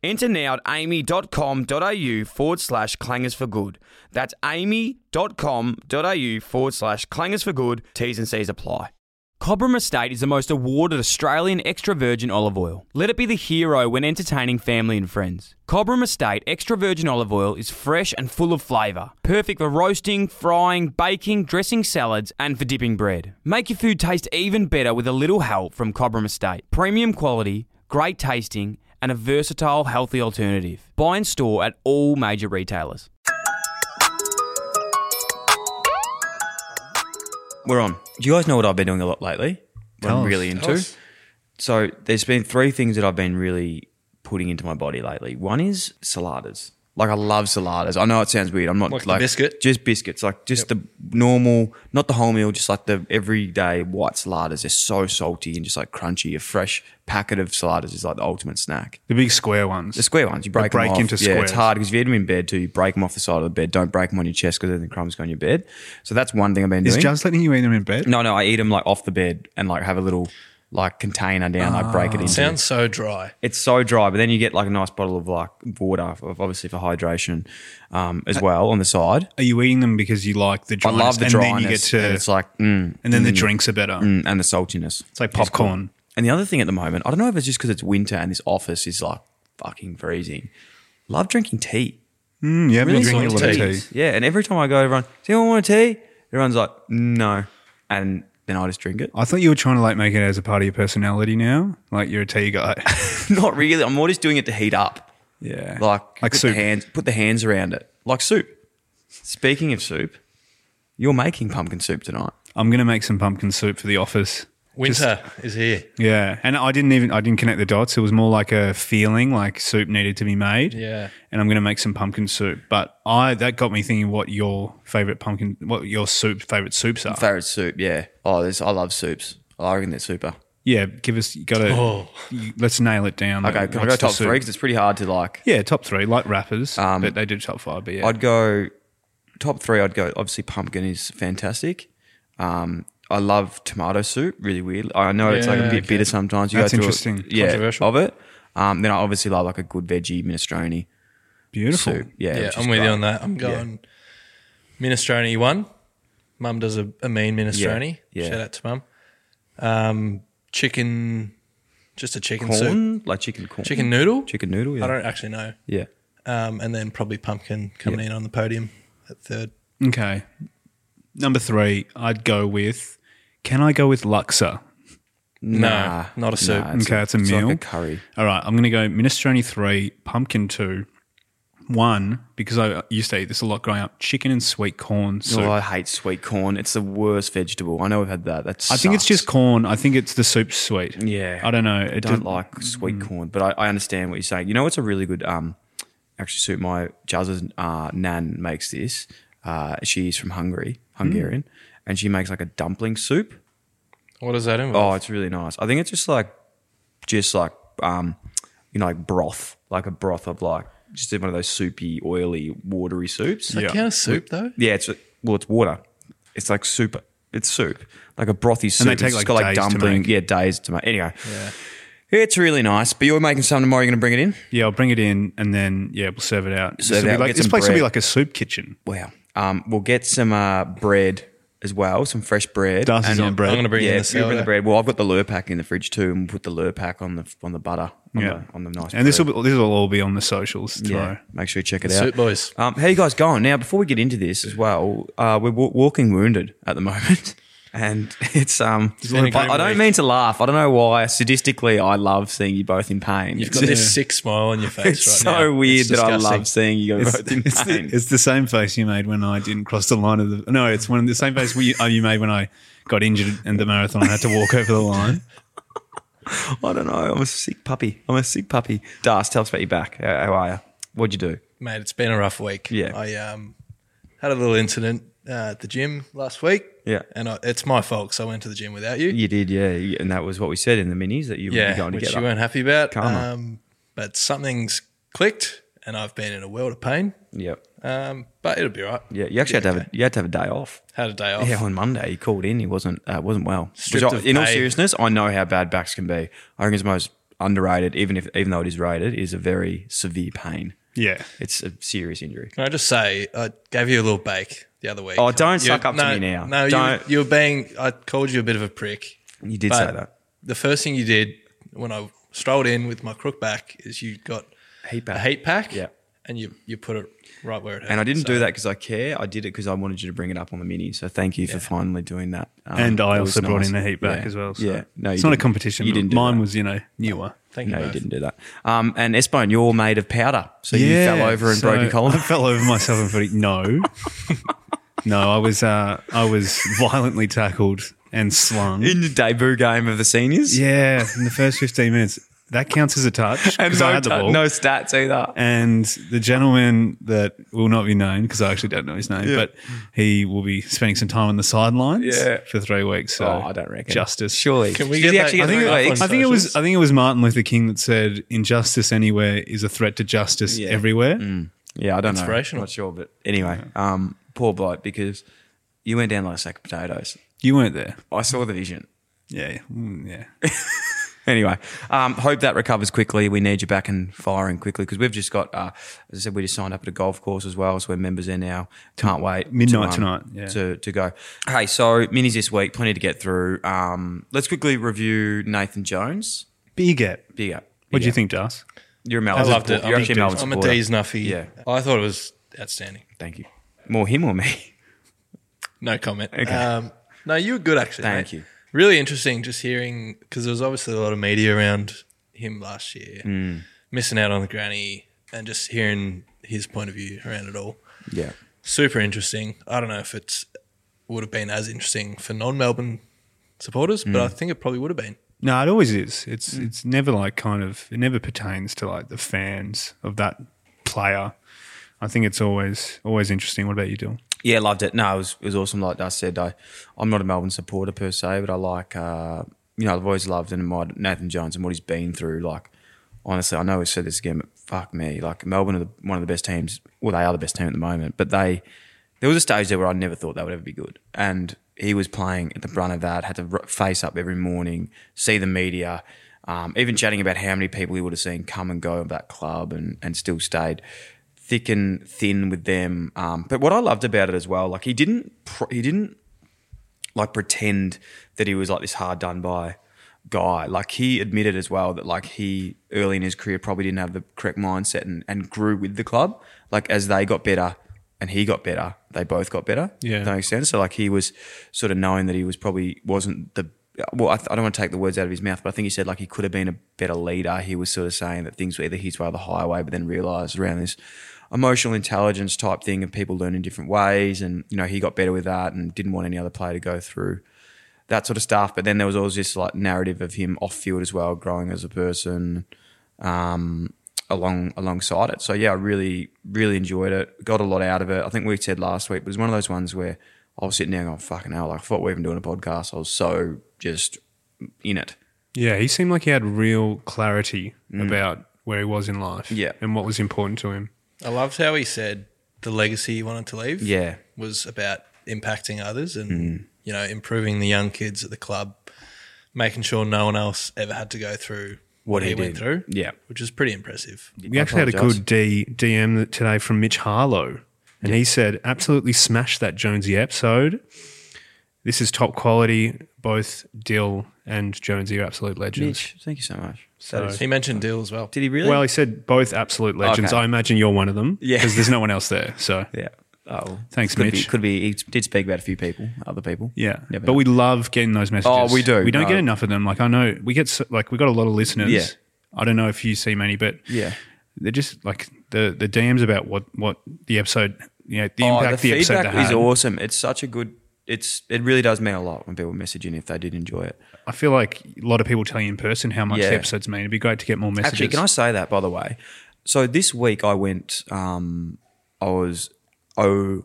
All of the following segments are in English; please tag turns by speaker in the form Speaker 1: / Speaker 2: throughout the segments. Speaker 1: Enter now at amy.com.au forward slash clangers for good. That's amy.com.au forward slash clangers for good. T's and C's apply. Cobram Estate is the most awarded Australian extra virgin olive oil. Let it be the hero when entertaining family and friends. Cobram Estate extra virgin olive oil is fresh and full of flavour, perfect for roasting, frying, baking, dressing salads, and for dipping bread. Make your food taste even better with a little help from Cobram Estate. Premium quality, great tasting, and a versatile, healthy alternative. Buy in store at all major retailers. We're on. Do you guys know what I've been doing a lot lately? What
Speaker 2: Tell
Speaker 1: I'm
Speaker 2: us.
Speaker 1: really
Speaker 2: Tell
Speaker 1: into. So there's been three things that I've been really putting into my body lately. One is saladas. Like I love saladas. I know it sounds weird. I'm not
Speaker 2: Like the
Speaker 1: like
Speaker 2: biscuit?
Speaker 1: just biscuits, like just the normal, not the wholemeal, just like the everyday white saladas. They're so salty and just like crunchy. A fresh packet of saladas is like the ultimate snack.
Speaker 2: The big square ones.
Speaker 1: The square ones, you break,
Speaker 2: break
Speaker 1: them off.
Speaker 2: into
Speaker 1: yeah,
Speaker 2: squares.
Speaker 1: it's hard because if you eat them in bed too, you break them off the side of the bed. Don't break them on your chest because then the crumbs go on your bed. So that's one thing I've been
Speaker 2: Is
Speaker 1: doing.
Speaker 2: Jazz letting you eat them in bed?
Speaker 1: no, no, I eat them like off the bed and like have a little like container down. I break
Speaker 2: Ah.
Speaker 1: it into.
Speaker 3: Sounds so dry.
Speaker 1: it's so dry, but then you get like a nice bottle of like water, of- obviously for hydration, um, as well on the side.
Speaker 2: Are you eating them because you like the
Speaker 1: I
Speaker 2: dryness?
Speaker 1: love the
Speaker 2: Uh, and
Speaker 1: dryness.
Speaker 2: Then you get to,
Speaker 1: and it's like mm,
Speaker 2: and then the drinks are better.
Speaker 1: mm, and the saltiness.
Speaker 2: It's like popcorn.
Speaker 1: And the other thing at the moment, I don't know if it's just because it's winter and this office is like fucking freezing. Love drinking tea.
Speaker 2: Mm, yeah, I've been drinking a lot of tea.
Speaker 3: Teas.
Speaker 1: Yeah, and every time I go, everyone, does anyone want a tea? Everyone's like, no, and then I just drink it.
Speaker 2: I thought you were trying to like make it as a part of your personality now. Like you're a tea guy.
Speaker 1: Not really. I'm more just doing it to heat up.
Speaker 2: yeah.
Speaker 1: Like,
Speaker 2: like
Speaker 1: put
Speaker 2: soup.
Speaker 1: The hands, put the hands around it, like soup. Speaking of soup, you're making pumpkin soup tonight.
Speaker 2: I'm gonna make some pumpkin soup for the office.
Speaker 3: Winter is here.
Speaker 2: Yeah. And I didn't even I didn't connect the dots. It was more like a feeling like soup needed to be made.
Speaker 3: Yeah.
Speaker 2: And I'm gonna make some pumpkin soup. But I that got me thinking what your favorite pumpkin what your soup favorite soups are.
Speaker 1: Favorite soup, yeah. Oh, this I love soups. I reckon they're super.
Speaker 2: yeah, give us you gotta
Speaker 3: Oh.
Speaker 2: you- let's nail it down.
Speaker 1: Okay,
Speaker 2: Like,
Speaker 1: can I
Speaker 2: what's
Speaker 1: go
Speaker 2: the
Speaker 1: top
Speaker 2: soup?
Speaker 1: three? Because it's pretty hard to like.
Speaker 2: Yeah, top three, like rappers. but they did top five, but yeah.
Speaker 1: I'd go top three. I'd go obviously pumpkin is fantastic. Um, I love tomato soup. Really weird. I know it's like a
Speaker 3: Yeah,
Speaker 1: bit
Speaker 3: okay.
Speaker 1: bitter sometimes. You
Speaker 2: That's
Speaker 1: go through
Speaker 2: interesting.
Speaker 1: It, yeah,
Speaker 3: Controversial.
Speaker 1: of it. Um, then I obviously love like a good veggie minestrone
Speaker 2: Beautiful.
Speaker 1: soup. Yeah,
Speaker 3: Yeah,
Speaker 1: which is
Speaker 3: I'm with
Speaker 1: great.
Speaker 3: you on that. I'm going minestrone one. Mum does a, a mean minestrone.
Speaker 1: Yeah, yeah.
Speaker 3: Shout out to mum. Um, chicken, just a chicken soup.
Speaker 1: Corn, like chicken corn,
Speaker 3: Chicken noodle.
Speaker 1: chicken noodle. Yeah,
Speaker 3: I don't actually know.
Speaker 1: yeah.
Speaker 3: Um, and then probably pumpkin coming in on the podium at third.
Speaker 2: Okay. Number three, I'd go with. Can I go with Luxa?
Speaker 1: Nah,
Speaker 3: not a soup.
Speaker 1: Nah,
Speaker 2: Okay, it's a
Speaker 1: it's
Speaker 2: meal.
Speaker 1: Like a curry.
Speaker 2: All right, I'm going to go minestrone three, pumpkin two, one because I used to eat this a lot growing up. Chicken and sweet corn soup.
Speaker 1: Oh, I hate sweet corn. It's the worst vegetable. I know we've had that. That's
Speaker 2: I think it's just corn. I think it's the soup sweet.
Speaker 1: Yeah.
Speaker 2: I don't know.
Speaker 1: I
Speaker 2: It
Speaker 1: don't
Speaker 2: did-
Speaker 1: like sweet
Speaker 2: Mm.
Speaker 1: corn, but I, I understand what you're saying. You know, it's a really good um, actually soup. My Jazz's uh, nan makes this. Uh, she's from Hungary, Hungarian,
Speaker 2: Mm.
Speaker 1: and she makes like a dumpling soup.
Speaker 3: What does that involve?
Speaker 1: Oh, it's really nice. I think it's just like, just like um, you know, like broth, like a broth of like just one of those soupy, oily, watery soups.
Speaker 3: Does that
Speaker 2: yeah.
Speaker 3: count as soup though?
Speaker 1: Yeah, it's well, it's water. It's like soup. It's soup, like a brothy soup.
Speaker 2: they take,
Speaker 1: it's
Speaker 2: like,
Speaker 1: got like
Speaker 2: days to
Speaker 1: dumpling.
Speaker 2: make.
Speaker 1: Yeah, days to make. Anyway, it's really nice. But you're making some tomorrow. You're going to bring it in.
Speaker 2: Yeah, I'll bring it in and then yeah, we'll serve it out.
Speaker 1: Serve
Speaker 2: this will
Speaker 1: it
Speaker 2: be
Speaker 1: out,
Speaker 2: like,
Speaker 1: get
Speaker 2: this
Speaker 1: some
Speaker 2: place will be
Speaker 1: bread.
Speaker 2: like a soup kitchen.
Speaker 1: Wow. Um, we'll get some uh, bread as well, some fresh bread.
Speaker 2: Darcy's on bread.
Speaker 3: I'm going to bring
Speaker 1: yeah,
Speaker 3: in
Speaker 1: you
Speaker 3: the
Speaker 1: bring the
Speaker 3: sourdough.
Speaker 1: bread. Well, I've got the lure pack in the fridge too, and we'll put the lure pack on the on the butter. On
Speaker 2: yeah,
Speaker 1: the, on the nice.
Speaker 2: And this
Speaker 1: bread.
Speaker 2: will be, this will all be on the socials tomorrow.
Speaker 1: yeah. Make sure you check it out.
Speaker 3: Soup boys.
Speaker 1: Um, how you guys going now? Before we get into this as well, uh, we're w- walking wounded at the moment, and it's um.
Speaker 3: been a
Speaker 1: I,
Speaker 3: great
Speaker 1: I don't
Speaker 3: week.
Speaker 1: mean to laugh. I don't know why. Sadistically, I love seeing you both in pain.
Speaker 3: You've
Speaker 1: It's
Speaker 3: got this
Speaker 1: just-
Speaker 3: sick smile on your face
Speaker 1: It's
Speaker 3: right now.
Speaker 1: so weird
Speaker 3: It's
Speaker 1: that I
Speaker 3: disgusting.
Speaker 1: love seeing you
Speaker 2: It's,
Speaker 1: both in
Speaker 2: it's the,
Speaker 1: pain.
Speaker 2: it's the same face you made when I didn't cross the line of the. No, it's one of the same face we, oh, you made when I got injured in the marathon. I had to walk over the line.
Speaker 1: I don't know. I'm a sick puppy. I'm a sick puppy. Das, tell us about your back. How, how are you? What'd you do?
Speaker 3: Mate, it's been a rough week.
Speaker 1: Yeah.
Speaker 3: I um Had a little incident uh, at the gym last week.
Speaker 1: Yeah.
Speaker 3: And I, it's my fault because I went to the gym without you.
Speaker 1: You did, yeah, yeah, and that was what we said in the minis that you
Speaker 3: Yeah,
Speaker 1: were going to
Speaker 3: which
Speaker 1: get.
Speaker 3: you
Speaker 1: up.
Speaker 3: weren't happy about.
Speaker 1: Karma.
Speaker 3: Um, but something's clicked, and I've been in a world of pain.
Speaker 1: Yep.
Speaker 3: Um, but it'll be all right.
Speaker 1: Yeah, you actually had to have a, you had to have a day off.
Speaker 3: Had a day off.
Speaker 1: Yeah, on Monday he called in. He wasn't uh, wasn't well. Which
Speaker 3: Stripped
Speaker 1: I-
Speaker 3: of
Speaker 1: in all
Speaker 3: pay.
Speaker 1: seriousness, I know how bad backs can be. I think it's the most underrated, even if even though it is rated, is a very severe pain.
Speaker 2: Yeah.
Speaker 1: It's a serious injury.
Speaker 3: Can I just say, I gave you a little bake the other week.
Speaker 1: Oh, don't
Speaker 3: You-
Speaker 1: suck up to
Speaker 3: no,
Speaker 1: me now.
Speaker 3: No, you-
Speaker 1: Don't.
Speaker 3: You, were being, I called you a bit of a prick.
Speaker 1: You did
Speaker 3: But
Speaker 1: say that.
Speaker 3: The first thing you did when I strolled in with my crook back is you got
Speaker 1: Heat
Speaker 3: a
Speaker 1: back.
Speaker 3: heat pack
Speaker 1: Yeah.
Speaker 3: and you, you put it right where it hurt.
Speaker 1: And I didn't
Speaker 3: So-
Speaker 1: do that because I care. I did it because I wanted you to bring it up on the mini. So thank you for finally doing that. Um,
Speaker 2: And I
Speaker 1: it was
Speaker 2: also brought
Speaker 1: nice.
Speaker 2: in the heat back
Speaker 1: Yeah.
Speaker 2: as well. So
Speaker 1: Yeah, no,
Speaker 2: it's
Speaker 1: you
Speaker 2: not a
Speaker 1: didn't.
Speaker 2: competition.
Speaker 1: You
Speaker 2: You
Speaker 1: didn't.
Speaker 2: did
Speaker 1: do
Speaker 2: Mine
Speaker 1: that.
Speaker 2: was, you know, newer.
Speaker 3: Thank
Speaker 1: No,
Speaker 3: you.
Speaker 1: you
Speaker 3: both.
Speaker 1: didn't do that. Um, and Espone, you're made of powder, so you fell over and
Speaker 2: so
Speaker 1: broke your column.
Speaker 2: I fell over myself and pretty no, no. I was uh, I was violently tackled and slung.
Speaker 1: in the debut game of the seniors.
Speaker 2: yeah, in the first fifteen minutes, that counts as a touch
Speaker 1: and
Speaker 2: because I
Speaker 1: no,
Speaker 2: had the
Speaker 1: ta-
Speaker 2: ball.
Speaker 1: no stats either.
Speaker 2: And the gentleman that will not be known because I actually don't know his name, but he will be spending some time on the sidelines
Speaker 1: Yeah.
Speaker 2: for three weeks. So
Speaker 1: Oh, I don't reckon.
Speaker 2: justice.
Speaker 1: Surely,
Speaker 3: Can we
Speaker 1: Did
Speaker 3: get
Speaker 1: he
Speaker 3: that-
Speaker 1: actually get
Speaker 3: I think
Speaker 1: the
Speaker 3: it-
Speaker 1: right
Speaker 3: I
Speaker 1: legs?
Speaker 2: I think it
Speaker 3: socials.
Speaker 2: was I think it was Martin Luther King that said injustice anywhere is a threat to justice
Speaker 1: Yeah. Mm.
Speaker 2: everywhere.
Speaker 1: Yeah, I don't know.
Speaker 3: Inspirational.
Speaker 1: Not sure, but anyway, um, poor bloke because you went down like a sack of potatoes.
Speaker 2: You weren't there.
Speaker 1: I saw the vision.
Speaker 2: Yeah, Mm, yeah.
Speaker 1: Anyway, um, hope that recovers quickly. We need you back and firing quickly because we've just got, uh, as I said, we just signed up at a golf course as well, so we're members there now. Can't wait.
Speaker 2: Midnight
Speaker 1: to, um,
Speaker 2: tonight, yeah.
Speaker 1: To, to go. Hey, so minis this week, plenty to get through. Um, let's quickly review Nathan Jones.
Speaker 2: Big app.
Speaker 1: Big up.
Speaker 2: What do you think, Das?
Speaker 1: You're a
Speaker 3: I
Speaker 1: Melbourne.
Speaker 3: loved it.
Speaker 1: supporter. You're
Speaker 3: I'm,
Speaker 1: actually a
Speaker 3: a,
Speaker 1: Melbourne
Speaker 3: I'm a
Speaker 1: supporter.
Speaker 3: D's Nuffy.
Speaker 1: Yeah.
Speaker 3: I thought it was outstanding.
Speaker 1: Thank you. More him or me?
Speaker 3: No comment. Um, no, you were good actually.
Speaker 1: Thank
Speaker 3: mate.
Speaker 1: you.
Speaker 3: Really interesting just hearing because there was obviously a lot of media around him last year,
Speaker 1: Mm.
Speaker 3: missing out on the granny, and just hearing his point of view around it all.
Speaker 1: Yeah.
Speaker 3: Super interesting. I don't know if it's would have been as interesting for non-Melbourne supporters,
Speaker 1: Mm.
Speaker 3: but I think it probably would have been.
Speaker 2: No, it always is. It's it's never like kind of it never pertains to like the fans of that player. I think it's always always interesting. What about you, Dill?
Speaker 1: Yeah, loved it. No, it was, it was awesome. Like I said, I, I'm not a Melbourne supporter per se, but I like, uh, you know, I've always loved and admired Nathan Jones and what he's been through. Like, honestly, I know we said this again, but fuck me. Like, Melbourne are the, one of the best teams. Well, they are the best team at the moment, but they, there was a stage there where I never thought they would ever be good. And he was playing at the brunt of that, had to r- face up every morning, see the media, um, even chatting about how many people he would have seen come and go of that club and, and still stayed thick and thin with them. Um, but what I loved about it as well, like he didn't pr- he didn't like pretend that he was like this hard done by guy. Like he admitted as well that like he early in his career probably didn't have the correct mindset and, and grew with the club. Like as they got better and he got better, they both got better.
Speaker 2: Yeah.
Speaker 1: If that makes sense. So like he was sort of knowing that he was probably wasn't the well, I, th- I don't want to take the words out of his mouth, but I think he said like he could have been a better leader. He was sort of saying that things were either his way or the highway, but then realized around this emotional intelligence type thing of people learning different ways. And, you know, he got better with that and didn't want any other player to go through that sort of stuff. But then there was always this like narrative of him off field as well, growing as a person um, along alongside it. So yeah, I really really enjoyed it. Got a lot out of it. I think we said last week, but it was one of those ones where I was sitting there going, "Fucking hell!" Like I thought we were even doing a podcast. I was so just in it.
Speaker 2: Yeah, he seemed like he had real clarity about where he was in life.
Speaker 1: Mm. Yeah.
Speaker 2: And what was important to him.
Speaker 3: I loved how he said the legacy he wanted to leave.
Speaker 1: Yeah. Mm.
Speaker 3: was about impacting others and you know improving the young kids at the club, making sure no one else ever had to go through
Speaker 1: What he
Speaker 3: went
Speaker 1: did.
Speaker 3: through.
Speaker 1: Yeah.
Speaker 3: which is pretty impressive.
Speaker 2: We actually had a
Speaker 1: apologise.
Speaker 2: good D, DM that- today from Mitch Harlow, and he said, "Absolutely smashed that Jonesy episode. This is top quality. Both Dill and Jonesy are absolute legends."
Speaker 1: Mitch, thank you so much.
Speaker 2: So-
Speaker 3: He mentioned Dill as well.
Speaker 1: Did he really?
Speaker 2: Well, he said both absolute legends.
Speaker 1: Okay.
Speaker 2: I imagine you're one of them
Speaker 1: Yeah.
Speaker 2: because there's no one else there. So
Speaker 1: yeah. Oh, well.
Speaker 2: Thanks,
Speaker 1: could Be,
Speaker 2: Mitch.
Speaker 1: could be. He did speak about a few people, other people.
Speaker 2: yeah,
Speaker 1: Never
Speaker 2: but
Speaker 1: know.
Speaker 2: we love getting those messages.
Speaker 1: Oh, we do.
Speaker 2: We don't
Speaker 1: No.
Speaker 2: get enough of them. Like I know we get so, like we got a lot of listeners.
Speaker 1: Yeah.
Speaker 2: I don't know if you see many, but
Speaker 1: Yeah.
Speaker 2: they're just like the the DMs about what what the episode, you know, the
Speaker 1: Oh,
Speaker 2: impact the, episode
Speaker 1: feedback
Speaker 2: had.
Speaker 1: is awesome. It's such a good. It's it really does mean a lot when people message in if they did enjoy it.
Speaker 2: I feel like a lot of people tell you in person how much
Speaker 1: Yeah.
Speaker 2: the episodes mean. It'd be great to get more messages.
Speaker 1: Actually, can I say that by the way? So this week I went. Um, I was oh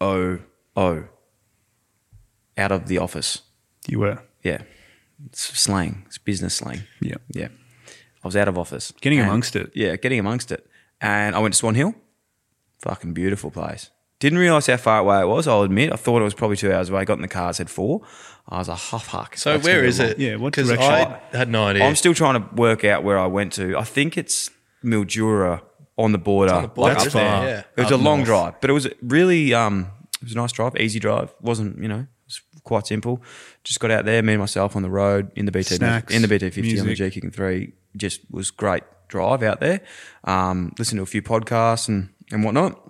Speaker 1: O O. Out of the office.
Speaker 4: You were.
Speaker 1: Yeah. It's slang. It's business slang.
Speaker 4: Yeah.
Speaker 1: Yeah. I was out of office.
Speaker 2: Getting
Speaker 1: And-
Speaker 2: amongst it.
Speaker 1: Yeah, getting amongst it. And I went to Swan Hill. Fucking beautiful place. Didn't realise how far away it was, I'll admit. I thought it was probably two hours away. Got in the car, said four. I was "Oh, a huff huck.
Speaker 3: So where is it?
Speaker 2: Yeah, what
Speaker 3: Because
Speaker 2: direction?
Speaker 3: I had no idea.
Speaker 1: I'm still trying to work out where I went to. I think it's Mildura on the border.
Speaker 3: the border,
Speaker 1: Like,
Speaker 2: That's
Speaker 1: up-
Speaker 2: far.
Speaker 3: There, yeah.
Speaker 1: It was
Speaker 3: Up
Speaker 1: a long
Speaker 3: north.
Speaker 1: drive, but it was really um, it was a nice drive, easy drive. wasn't you know it was quite simple. Just got out there, me and myself on the road in the BT
Speaker 2: Snacks,
Speaker 1: in the BT fifty on the G
Speaker 2: music.
Speaker 1: Kicking three. Just was great drive out there. Um, listened to a few podcasts and and whatnot.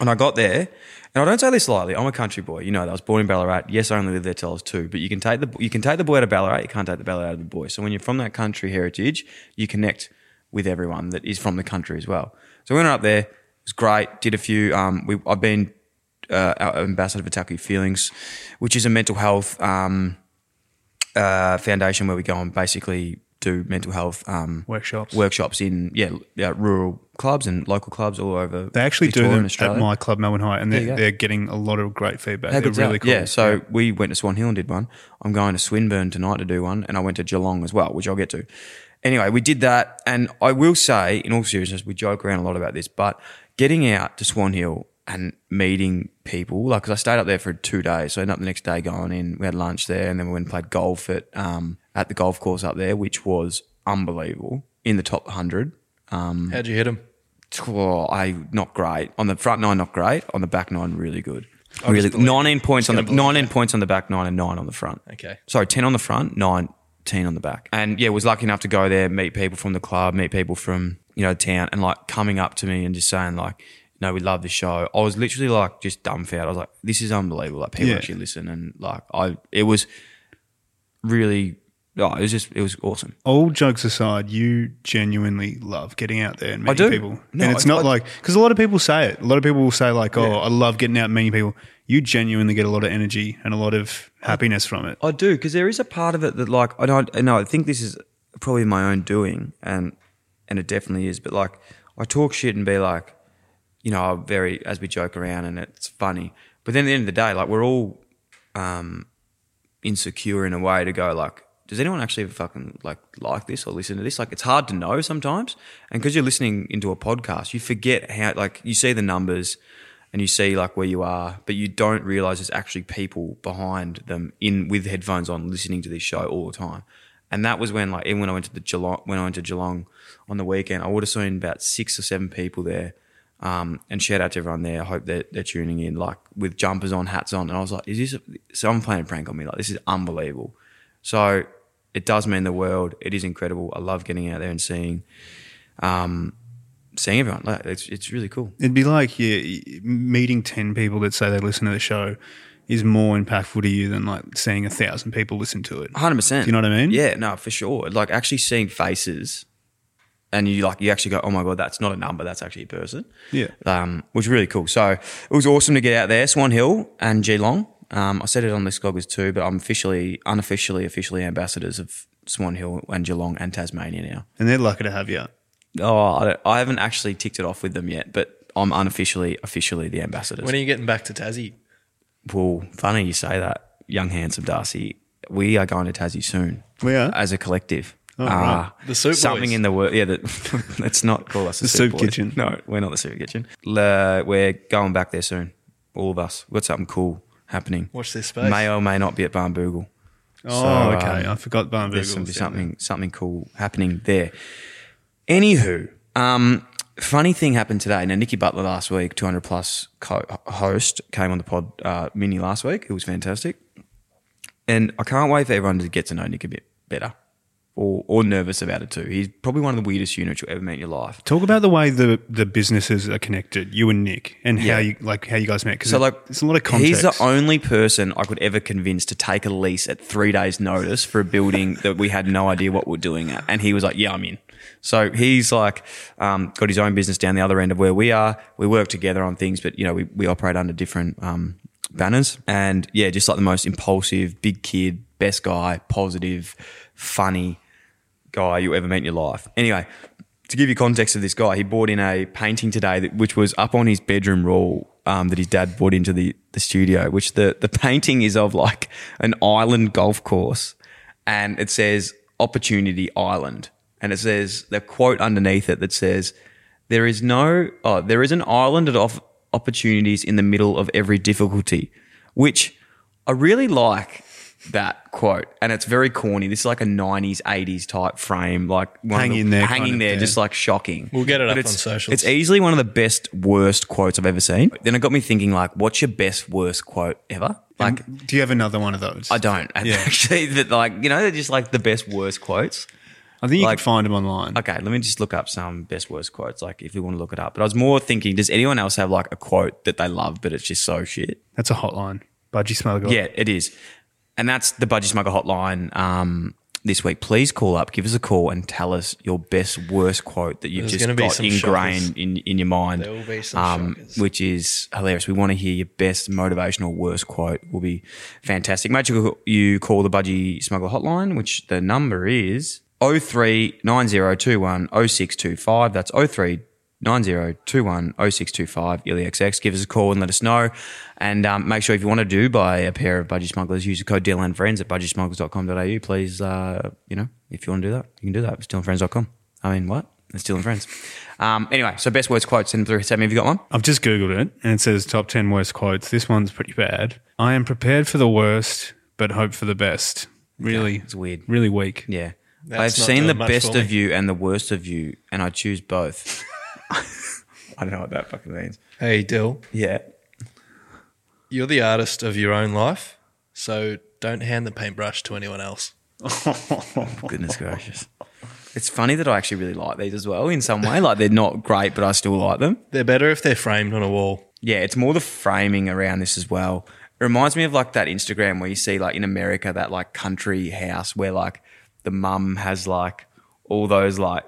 Speaker 1: And I got there, and I don't say this lightly. I'm a country boy. You know that I was born in Ballarat. Yes, I only lived there till I was two. But you can take the you can take the boy out of Ballarat. You can't take the Ballarat out of the boy. So when you're from that country heritage, you connect with everyone that is from the country as well. So we went up there. It was great. Did a few. Um, we I've been uh, our ambassador for Tackle Your Feelings, which is a mental health um, uh, foundation where we go and basically do mental health um,
Speaker 2: Workshops.
Speaker 1: workshops in yeah, yeah rural clubs and local clubs all over.
Speaker 2: They actually
Speaker 1: Victoria and
Speaker 2: do them
Speaker 1: Australia.
Speaker 2: at my club, Melbourne High, and
Speaker 1: you
Speaker 2: they're,
Speaker 1: go.
Speaker 2: they're getting a lot of great feedback.
Speaker 1: How
Speaker 2: They're
Speaker 1: good's that?
Speaker 2: really cool.
Speaker 1: Yeah, so we went to Swan Hill and did one. I'm going to Swinburne tonight to do one, and I went to Geelong as well, which I'll get to. Anyway, we did that, and I will say, in all seriousness, we joke around a lot about this, but getting out to Swan Hill and meeting people, like, 'cause I stayed up there for two days, so I ended up the next day going in, we had lunch there, and then we went and played golf at um, at the golf course up there, which was unbelievable in the top hundred.
Speaker 3: How'd you hit him?
Speaker 1: Oh, I not great on the front nine, not great on the back nine, really good. Really, good. nineteen points on the nineteen points on the back nine and nine on the front.
Speaker 3: Okay.
Speaker 1: sorry, ten on the front, nineteen on the back. And yeah, was lucky enough to go there, meet people from the club, meet people from you know town, and like coming up to me and just saying like, "No, we love the show." I was literally like just dumbfounded. I was like, "This is unbelievable!" Like people
Speaker 2: Yeah.
Speaker 1: actually listen, and like I, it was really, oh, it was just, it was awesome.
Speaker 2: all jokes aside, you genuinely love getting out there and meeting
Speaker 1: do.
Speaker 2: people.
Speaker 1: No,
Speaker 2: and it's
Speaker 1: I-
Speaker 2: not
Speaker 1: I-
Speaker 2: like because a lot of people say it. A lot of people will say like, "Oh, I love getting out and meeting people." You genuinely get a lot of energy and a lot of happiness from it.
Speaker 1: I do because there is a part of it that like I don't no I think this is probably my own doing and and it definitely is but like I talk shit and be like you know I'm very as we joke around and it's funny but then at the end of the day like we're all um insecure in a way to go like does anyone actually fucking like like this or listen to this like it's hard to know sometimes and because you're listening into a podcast you forget how like you see the numbers and you see like where you are but you don't realize there's actually people behind them in with headphones on listening to this show all the time and that was when like even when i went to the geelong when i went to geelong on the weekend i would have seen about six or seven people there um, and shout out to everyone there. I hope that they're tuning in, like with jumpers on, hats on. And I was like, is this a, someone playing a prank on me? Like, this is unbelievable. So it does mean the world. It is incredible. I love getting out there and seeing, um, seeing everyone. Like, it's, it's really cool.
Speaker 2: It'd be like yeah, meeting ten people that say they listen to the show is more impactful to you than like seeing a thousand people listen to it.
Speaker 1: hundred percent.
Speaker 2: Do you know what I mean?
Speaker 1: Yeah, no, for sure. Like actually seeing faces, and you like you actually go, oh my god, that's not a number, that's actually a person.
Speaker 2: Yeah.
Speaker 1: um, was really cool. So it was awesome to get out there, Swan Hill and Geelong. Um, I said it on the Scoggers too, but I'm officially, unofficially, officially ambassadors of Swan Hill and Geelong and Tasmania now.
Speaker 2: And they're lucky to have you.
Speaker 1: Oh, I, don't- I haven't actually ticked it off with them yet, but. I'm unofficially, officially the ambassadors.
Speaker 3: When are you getting back to Tassie?
Speaker 1: well, funny you say that, young handsome Darcy. We are going to Tassie soon.
Speaker 2: We are?
Speaker 1: as a collective.
Speaker 2: Oh, right.
Speaker 1: Ah,
Speaker 3: The soup
Speaker 1: something
Speaker 3: boys.
Speaker 1: in the world. Yeah, the, let's not call us the, soup,
Speaker 2: soup
Speaker 1: boys.
Speaker 2: kitchen.
Speaker 1: No, we're not the soup kitchen. Uh, we're going back there soon. All of us. We've got something cool happening.
Speaker 3: Watch this space.
Speaker 1: May or may not be at Barnboogle.
Speaker 2: Oh,
Speaker 1: So,
Speaker 2: okay.
Speaker 1: um,
Speaker 2: I forgot
Speaker 1: There's gonna be
Speaker 2: Barnvogels.
Speaker 1: something something cool happening there. Anywho, um, funny thing happened today. Now Nikki Butler last week, 200 plus co- host, came on the pod uh, mini last week. It was fantastic, and I can't wait for everyone to get to know Nick a bit better, or or nervous about it too. He's probably one of the weirdest units you'll ever meet in your life.
Speaker 2: Talk about the way the, the businesses are connected, you and Nick, and
Speaker 1: Yeah.
Speaker 2: how you like how you guys met. Because
Speaker 1: So like,
Speaker 2: it's a lot of context.
Speaker 1: He's the only person I could ever convince to take a lease at three days' notice for a building that we had no idea what we're doing at, and he was like, "Yeah, I'm in." So he's like, um, got his own business down the other end of where we are. We work together on things, but you know, we we operate under different um, banners, and yeah, just like the most impulsive, big kid, best guy, positive, funny guy you ever met in your life. Anyway, to give you context of this guy, he bought in a painting today that, which was up on his bedroom wall um, that his dad brought into the, the studio, which the, the painting is of like an island golf course and it says Opportunity Island. And it says the quote underneath it that says, There is no, oh, there is an island of off- opportunities in the middle of every difficulty, which I really like that quote. And it's very corny. This is like a 90s, 80s type frame, like one of
Speaker 2: Hang
Speaker 1: the-
Speaker 2: in there kind
Speaker 1: hanging
Speaker 2: of
Speaker 1: there,
Speaker 2: thing.
Speaker 1: just like shocking.
Speaker 3: We'll get it
Speaker 1: But
Speaker 3: up
Speaker 1: it's,
Speaker 3: on socials.
Speaker 1: It's easily one of the best worst quotes I've ever seen. Then it got me thinking, like, what's your best worst quote ever? Like,
Speaker 2: Do you have another one of those?
Speaker 1: I don't actually. That like you know they're just like the best worst quotes.
Speaker 2: I think you
Speaker 1: like-
Speaker 2: can find them online.
Speaker 1: Okay, let me just look up some best worst quotes. Like if you want to look it up, but I was more thinking, does anyone else have like a quote that they love but it's just so shit?
Speaker 2: That's a hotline. Budgie smuggler.
Speaker 1: Yeah, it is. And that's the Budgie Smuggler Hotline um, this week. Please call up, give us a call, and tell us your best, worst quote that you've just
Speaker 3: There's gonna be
Speaker 1: got
Speaker 3: some shockers.
Speaker 1: ingrained in, in your mind. Um,
Speaker 3: There will be some shockers.
Speaker 1: Which is hilarious. We want to hear your best motivational, worst quote. Will be fantastic. Make sure you call the Budgie Smuggler Hotline, which the number is 039021 0625. That's 03. 9021 0625 ILEXX. Give us a call and let us know. And um, make sure if you want to do buy a pair of Budgie Smugglers, use the code Deal and Friends at budgiesmugglers.com.au. Please, uh, you know, if you want to do that, you can do that. It's dealandfriends.com. I mean, what? It's Deal and Friends. Um, anyway, so best words quotes, send them through. Sam, have you got one?
Speaker 2: I've just Googled it and it says top 10 worst quotes. This one's pretty bad. I am prepared for the worst, but hope for the best. Really,
Speaker 1: It's weird.
Speaker 2: really weak.
Speaker 1: Yeah.
Speaker 3: That's
Speaker 1: I've
Speaker 3: not
Speaker 1: seen
Speaker 3: doing
Speaker 1: the
Speaker 3: much
Speaker 1: best
Speaker 3: for
Speaker 1: of
Speaker 3: me.
Speaker 1: you and the worst of you, and I choose both. I don't know what that fucking means.
Speaker 3: Hey, Dill,
Speaker 1: Yeah.
Speaker 3: you're the artist of your own life, so don't hand the paintbrush to anyone else.
Speaker 1: Goodness gracious. It's funny that I actually really like these as well in some way. Like they're not great, but I still like them.
Speaker 3: They're better if they're framed on a wall.
Speaker 1: Yeah, it's more the framing around this as well. It reminds me of like that Instagram where you see like in America that like country house where like the mum has like all those like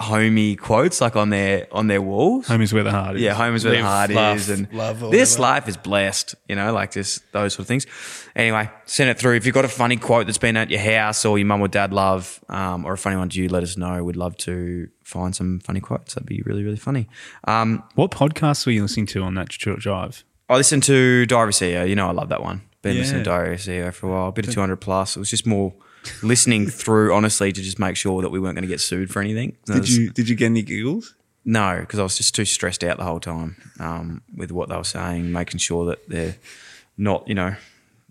Speaker 1: homey quotes like on their on their walls.
Speaker 2: Home is where the heart is.
Speaker 1: Yeah, home is where the
Speaker 3: Live,
Speaker 1: heart
Speaker 3: laugh,
Speaker 1: is, and
Speaker 3: love or
Speaker 1: this
Speaker 3: whatever.
Speaker 1: life is blessed. You know, like just those sort of things. Anyway, send it through. If you've got a funny quote that's been at your house or your mum or dad love, um, or a funny one to you, let us know. We'd love to find some funny quotes. That'd be really really funny. Um,
Speaker 2: What podcasts were you listening to on that short drive?
Speaker 1: I listened to Diary CEO. E You know, I love that one. Been
Speaker 2: Yeah.
Speaker 1: listening to Diary CEO for a while. Bit of two hundred plus. It was just more listening through, honestly, to just make sure that we weren't going to get sued for anything.
Speaker 2: Did you did you get any giggles?
Speaker 1: No, because I was just too stressed out the whole time um, with what they were saying, making sure that they're not, you know,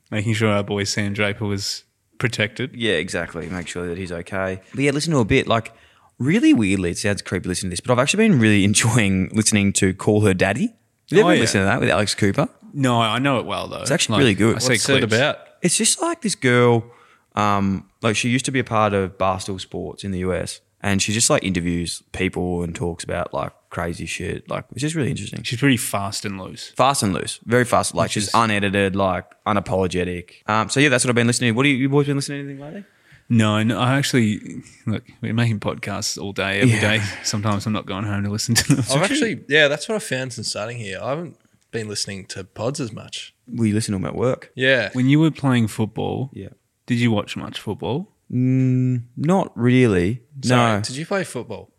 Speaker 2: Making sure our boy Sam Draper was protected.
Speaker 1: yeah, exactly, make sure that he's okay. But yeah, listen to a bit, like really weirdly, it sounds creepy listening to this, but I've actually been really enjoying listening to Call Her Daddy. You ever
Speaker 2: Oh, yeah.
Speaker 1: listened to that with Alex Cooper?
Speaker 2: No, I know it well though. It's
Speaker 1: actually really good.
Speaker 2: I see
Speaker 1: What's
Speaker 3: What's it
Speaker 2: clips.
Speaker 3: about?
Speaker 1: It's just like this girl, um, like she used to be a part of Barstool Sports in the US, and she just like interviews people and talks about like crazy shit. Like it's just really interesting.
Speaker 2: She's pretty fast and loose.
Speaker 1: fast and loose, very fast. Like she's unedited, like unapologetic. Um, so yeah, that's what I've been listening. to. What do you, you boys been listening to anything lately?
Speaker 2: No, no, I actually look. We're making podcasts all day, every day. Sometimes I'm not going home to listen to them.
Speaker 3: I've actually, yeah, that's what I found since starting here. I haven't been listening to pods as much.
Speaker 1: We listen to them at work.
Speaker 3: Yeah.
Speaker 2: when you were playing football,
Speaker 1: Yeah.
Speaker 2: did you watch much football?
Speaker 1: Mm, not really.
Speaker 3: Sorry,
Speaker 1: no,
Speaker 3: Did you play football?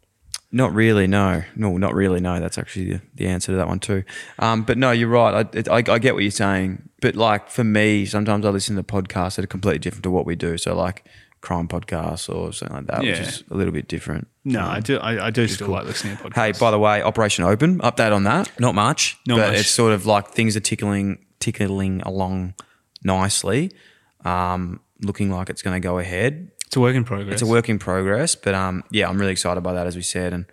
Speaker 1: not really. No, no, not really. No, that's actually the, the answer to that one too. Um, but no, you're right. I, it- I, I get what you're saying. But like for me, sometimes I listen to podcasts that are completely different to what we do. So like crime podcasts or something like that,
Speaker 2: Yeah.
Speaker 1: which is a little bit different.
Speaker 2: No, I do. I, I do still like listening to podcasts.
Speaker 1: Hey, by the way, Operation Open update on that. Not much,
Speaker 2: Not
Speaker 1: but
Speaker 2: much.
Speaker 1: it's sort of like things are tickling tickling along nicely. Um, looking like it's going to go ahead.
Speaker 2: it's a work in progress.
Speaker 1: It's a work in progress, but um, yeah, I'm really excited by that as we said, and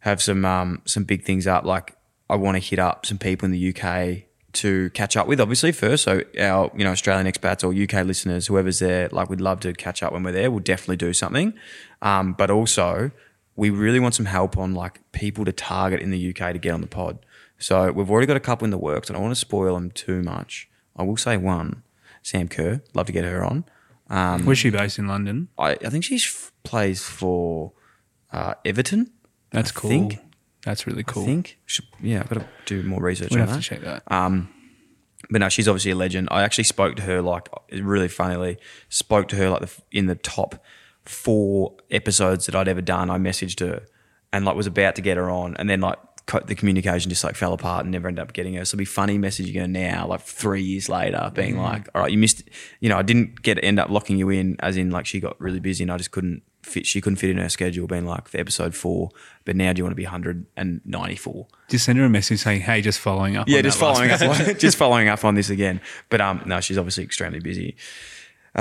Speaker 1: have some um, some big things up. Like I want to hit up some people in the UK to catch up with, obviously first. So our you know Australian expats or UK listeners, whoever's there, like we'd love to catch up when we're there. We'll definitely do something, um, but also we really want some help on like people to target in the UK to get on the pod. So we've already got a couple in the works. I don't want to spoil them too much. I will say one, Sam Kerr. Love to get her on.
Speaker 2: Um, Where's she based in London?
Speaker 1: I, I think she f- plays for uh, Everton.
Speaker 2: That's
Speaker 1: I
Speaker 2: cool.
Speaker 1: think-
Speaker 2: That's really cool.
Speaker 1: I think. Should, yeah, I've got to do more research
Speaker 2: We'd
Speaker 1: on
Speaker 2: have
Speaker 1: that.
Speaker 2: to check that.
Speaker 1: But no, she's obviously a legend. I actually spoke to her like really funnily. Spoke to her like the, in the top four episodes that I'd ever done. I messaged her and like was about to get her on, and then like co- the communication just like fell apart and never ended up getting her. So it'll be funny messaging her now, like three years later, being like, "All right, you missed. You know, I didn't get end up locking you in, as in like she got really busy and I just couldn't fit. She couldn't fit in her schedule, being like for episode four. But now do you want to be 194?
Speaker 2: Just send her a message saying, "Hey, just following up."
Speaker 1: Yeah,
Speaker 2: on
Speaker 1: just
Speaker 2: that last
Speaker 1: following up, on, just following up on this again. But um, no, she's obviously extremely busy.
Speaker 2: She's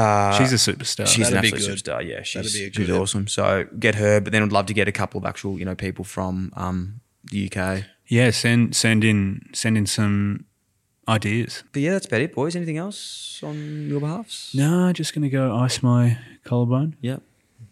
Speaker 2: a superstar.
Speaker 1: She's an
Speaker 3: Oh, that'd be
Speaker 1: absolute
Speaker 3: good.
Speaker 1: superstar. Yeah, she's,
Speaker 3: be a
Speaker 1: she's
Speaker 3: good-
Speaker 1: awesome. So get her, but then I'd love to get a couple of actual, you know, people from um, the UK.
Speaker 2: yeah, send send in send in some ideas.
Speaker 1: But yeah, that's about it, boys. Anything else on your behalfs?
Speaker 2: No, just gonna go ice my collarbone.
Speaker 1: Yep.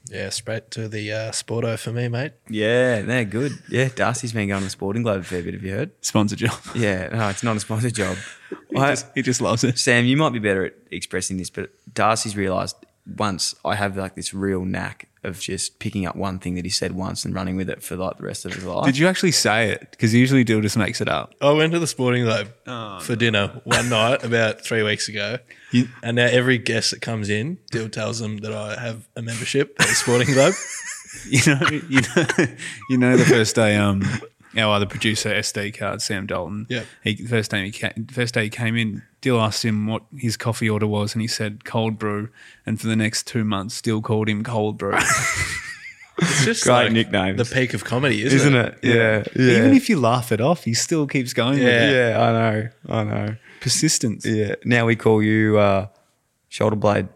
Speaker 3: Yeah, straight to the uh, Sporto for me, mate.
Speaker 1: Yeah, they're good. Yeah, Darcy's been going to the Sporting Globe a fair bit. Have you heard?
Speaker 2: Sponsor job.
Speaker 1: Yeah, no, it's not a sponsored job.
Speaker 2: he,
Speaker 1: I-
Speaker 2: just, he just loves it.
Speaker 1: Sam, you might be better at expressing this, but Darcy's realised once I have like this real knack of just picking up one thing that he said once and running with it for like the rest of his life.
Speaker 2: Did you actually say it? Because usually Dill just makes it up.
Speaker 3: I went to the Sporting Globe
Speaker 1: Oh,
Speaker 3: for dinner one night about three weeks ago. and now every guest that comes in, Dill tells them that I have a membership at the Sporting Globe.
Speaker 2: You know, you know, you know. The first day, um, our other producer, SD card, Sam Dalton.
Speaker 3: Yeah.
Speaker 2: He the first day he came, first day he came in, Dill asked him what his coffee order was, and he said cold brew. And for the next two months, Dill called him cold brew.
Speaker 3: It's just
Speaker 1: Great
Speaker 3: like
Speaker 1: nicknames.
Speaker 3: the peak of comedy, isn't,
Speaker 1: Isn't
Speaker 3: it?
Speaker 1: it? Yeah, yeah.
Speaker 2: Even if you laugh it off, he still keeps going. With it.
Speaker 3: Yeah.
Speaker 1: yeah, I know, I know.
Speaker 2: Persistence.
Speaker 1: Yeah. Now we call you uh, shoulder blade.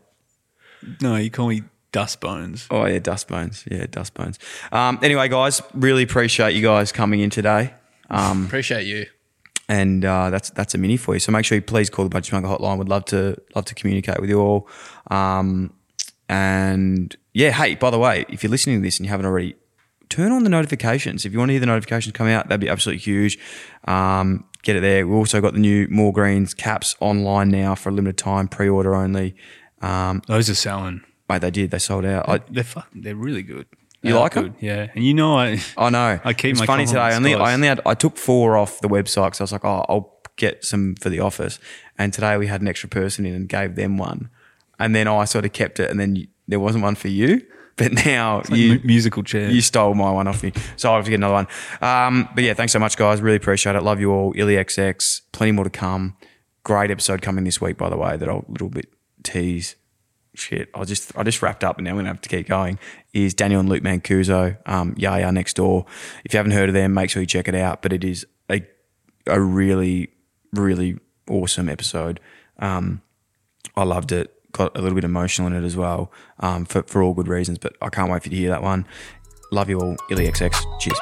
Speaker 2: No, you call me dust bones.
Speaker 1: Oh yeah, dust bones. Yeah, dust bones. Um, anyway, guys, really appreciate you guys coming in today. Um,
Speaker 3: Appreciate you.
Speaker 1: and uh, that's that's a mini for you. So make sure you please call the Budget Smoker Hotline. We'd love to love to communicate with you all. Um, and yeah, hey, by the way, if you're listening to this and you haven't already, turn on the notifications. If you want to hear the notifications come out, that'd be absolutely huge. Um, get it there. We've also got the new More Greens caps online now for a limited time, pre-order only. Um,
Speaker 2: Those are selling.
Speaker 1: Mate, they did. They sold out. I,
Speaker 2: They're fucking. They're really good.
Speaker 1: You
Speaker 2: They are
Speaker 1: like 'em?
Speaker 2: good, Yeah, and you know I.
Speaker 1: I know.
Speaker 2: I keep
Speaker 1: it's
Speaker 2: my
Speaker 1: funny today. I
Speaker 2: compliments,
Speaker 1: only I
Speaker 2: guys.
Speaker 1: only had I took four off the website because I was like, oh, I'll get some for the office. And today we had an extra person in and gave them one, and then I sort of kept it, and then you, there wasn't one for you. But now you
Speaker 2: mu- musical chairs.
Speaker 1: You stole my one off me, so I will have to get another one. Um, but yeah, thanks so much, guys. Really appreciate it. Love you all. Illy XX, plenty more to come. Great episode coming this week, by the way. That I'll little bit tease. Shit, I just I just wrapped up, and now I'm gonna have to keep going. Is Daniel and Luke Mancuso, um, Yaya next door. If you haven't heard of them, make sure you check it out. But it is a a really really awesome episode. Um, I loved it. Got a little bit emotional in it as well, um, for, for all good reasons. But I can't wait for you to hear that one. Love you all. Illy XX. Cheers.